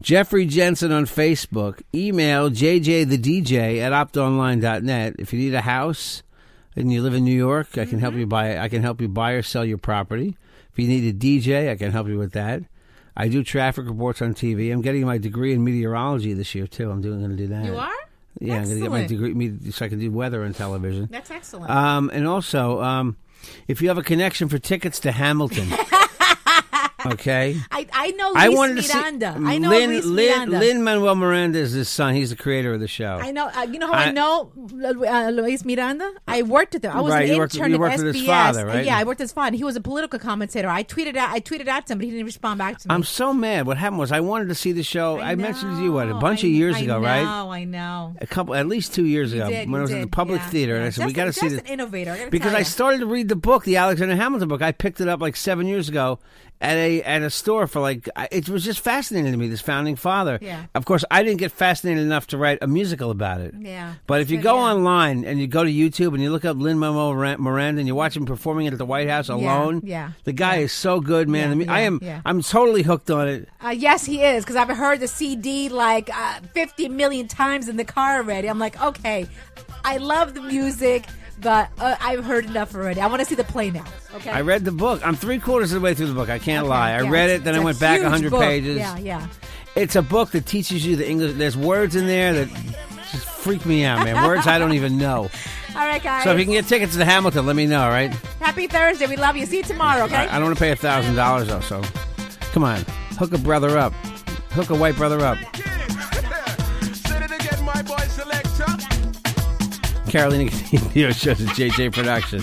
Speaker 2: Jeffrey Jensen on Facebook. Email JJ the DJ at optonline.net. If you need a house and you live in New York, I can help
Speaker 3: Mm-hmm.
Speaker 2: you buy. I can help you buy or sell your property. If you need a DJ, I can help you with that. I do traffic reports on TV. I'm getting my degree in meteorology this year too. I'm doing going to do that.
Speaker 3: You are?
Speaker 2: Yeah, I'm going to get my
Speaker 3: Excellent.
Speaker 2: degree me- so I can do weather on television.
Speaker 3: That's excellent.
Speaker 2: Um, and also, um, if you have a connection for tickets to Hamilton, okay.
Speaker 3: I, I know Luis
Speaker 2: I wanted to see
Speaker 3: Miranda. I know
Speaker 2: Lin,
Speaker 3: Luis
Speaker 2: Lin,
Speaker 3: Miranda.
Speaker 2: Lin Manuel Miranda is his son. He's the creator of the show.
Speaker 3: I know. Uh, you know how I,
Speaker 2: I-
Speaker 3: know uh, Luis Miranda? I worked with him. I was
Speaker 2: Right,
Speaker 3: an
Speaker 2: you
Speaker 3: intern
Speaker 2: worked- you
Speaker 3: at
Speaker 2: worked
Speaker 3: SBS.
Speaker 2: with his father, right?
Speaker 3: Yeah, I worked with his father. He was a political commentator. I tweeted out. I tweeted out to him, but he didn't respond back to me.
Speaker 2: I'm so mad. What happened was I wanted to see the show. I, mentioned to you what a
Speaker 3: know,
Speaker 2: bunch
Speaker 3: I-
Speaker 2: of years
Speaker 3: I
Speaker 2: ago,
Speaker 3: know,
Speaker 2: right?
Speaker 3: I know.
Speaker 2: A couple, at least two years ago,
Speaker 3: did,
Speaker 2: when
Speaker 3: you
Speaker 2: I was at the
Speaker 3: did,
Speaker 2: public
Speaker 3: yeah,
Speaker 2: theater, and I
Speaker 3: yeah.
Speaker 2: said we
Speaker 3: Justin-
Speaker 2: got to see
Speaker 3: Justin's
Speaker 2: this
Speaker 3: an innovator, I gotta
Speaker 2: because
Speaker 3: tell
Speaker 2: I
Speaker 3: ya.
Speaker 2: started to read the book, the Alexander Hamilton book. I picked it up like seven years ago at a at a store for like I, it was just fascinating to me. This founding father.
Speaker 3: Yeah.
Speaker 2: Of course, I didn't get fascinated enough to write a musical about it.
Speaker 3: Yeah.
Speaker 2: But if you
Speaker 3: But,
Speaker 2: go
Speaker 3: yeah.
Speaker 2: online and you go to YouTube and you look up Lin Manuel Miranda and you watch him performing it at the White House alone,
Speaker 3: yeah,
Speaker 2: the guy is so good, man.
Speaker 3: Yeah,
Speaker 2: I, mean, I
Speaker 3: yeah,
Speaker 2: am
Speaker 3: yeah.
Speaker 2: I'm totally hooked on it.
Speaker 3: Uh, yes, he is because I've heard the CD like uh, 50 million times in the car already. I'm like, okay, I love the music, but uh, I've heard enough already. I want to see the play now. Okay.
Speaker 2: I read the book. I'm three quarters of the way through the book. I can't
Speaker 3: Okay,
Speaker 2: lie. I
Speaker 3: yeah,
Speaker 2: read
Speaker 3: it's-
Speaker 2: it, then
Speaker 3: it's
Speaker 2: I
Speaker 3: a
Speaker 2: went back
Speaker 3: huge
Speaker 2: 100
Speaker 3: book.
Speaker 2: pages.
Speaker 3: Yeah, yeah.
Speaker 2: It's a book that teaches you the English. There's words in there that just freak me out, man. Words I don't even know.
Speaker 3: All right, guys.
Speaker 2: So if you can get tickets to Hamilton, let me know, all right?
Speaker 3: Happy Thursday. We love you. See you tomorrow. Okay.
Speaker 2: I, I don't want to pay a thousand dollars though. So, come on, hook a brother up, hook a white brother up. Carolina Castillo shows at JJ Production.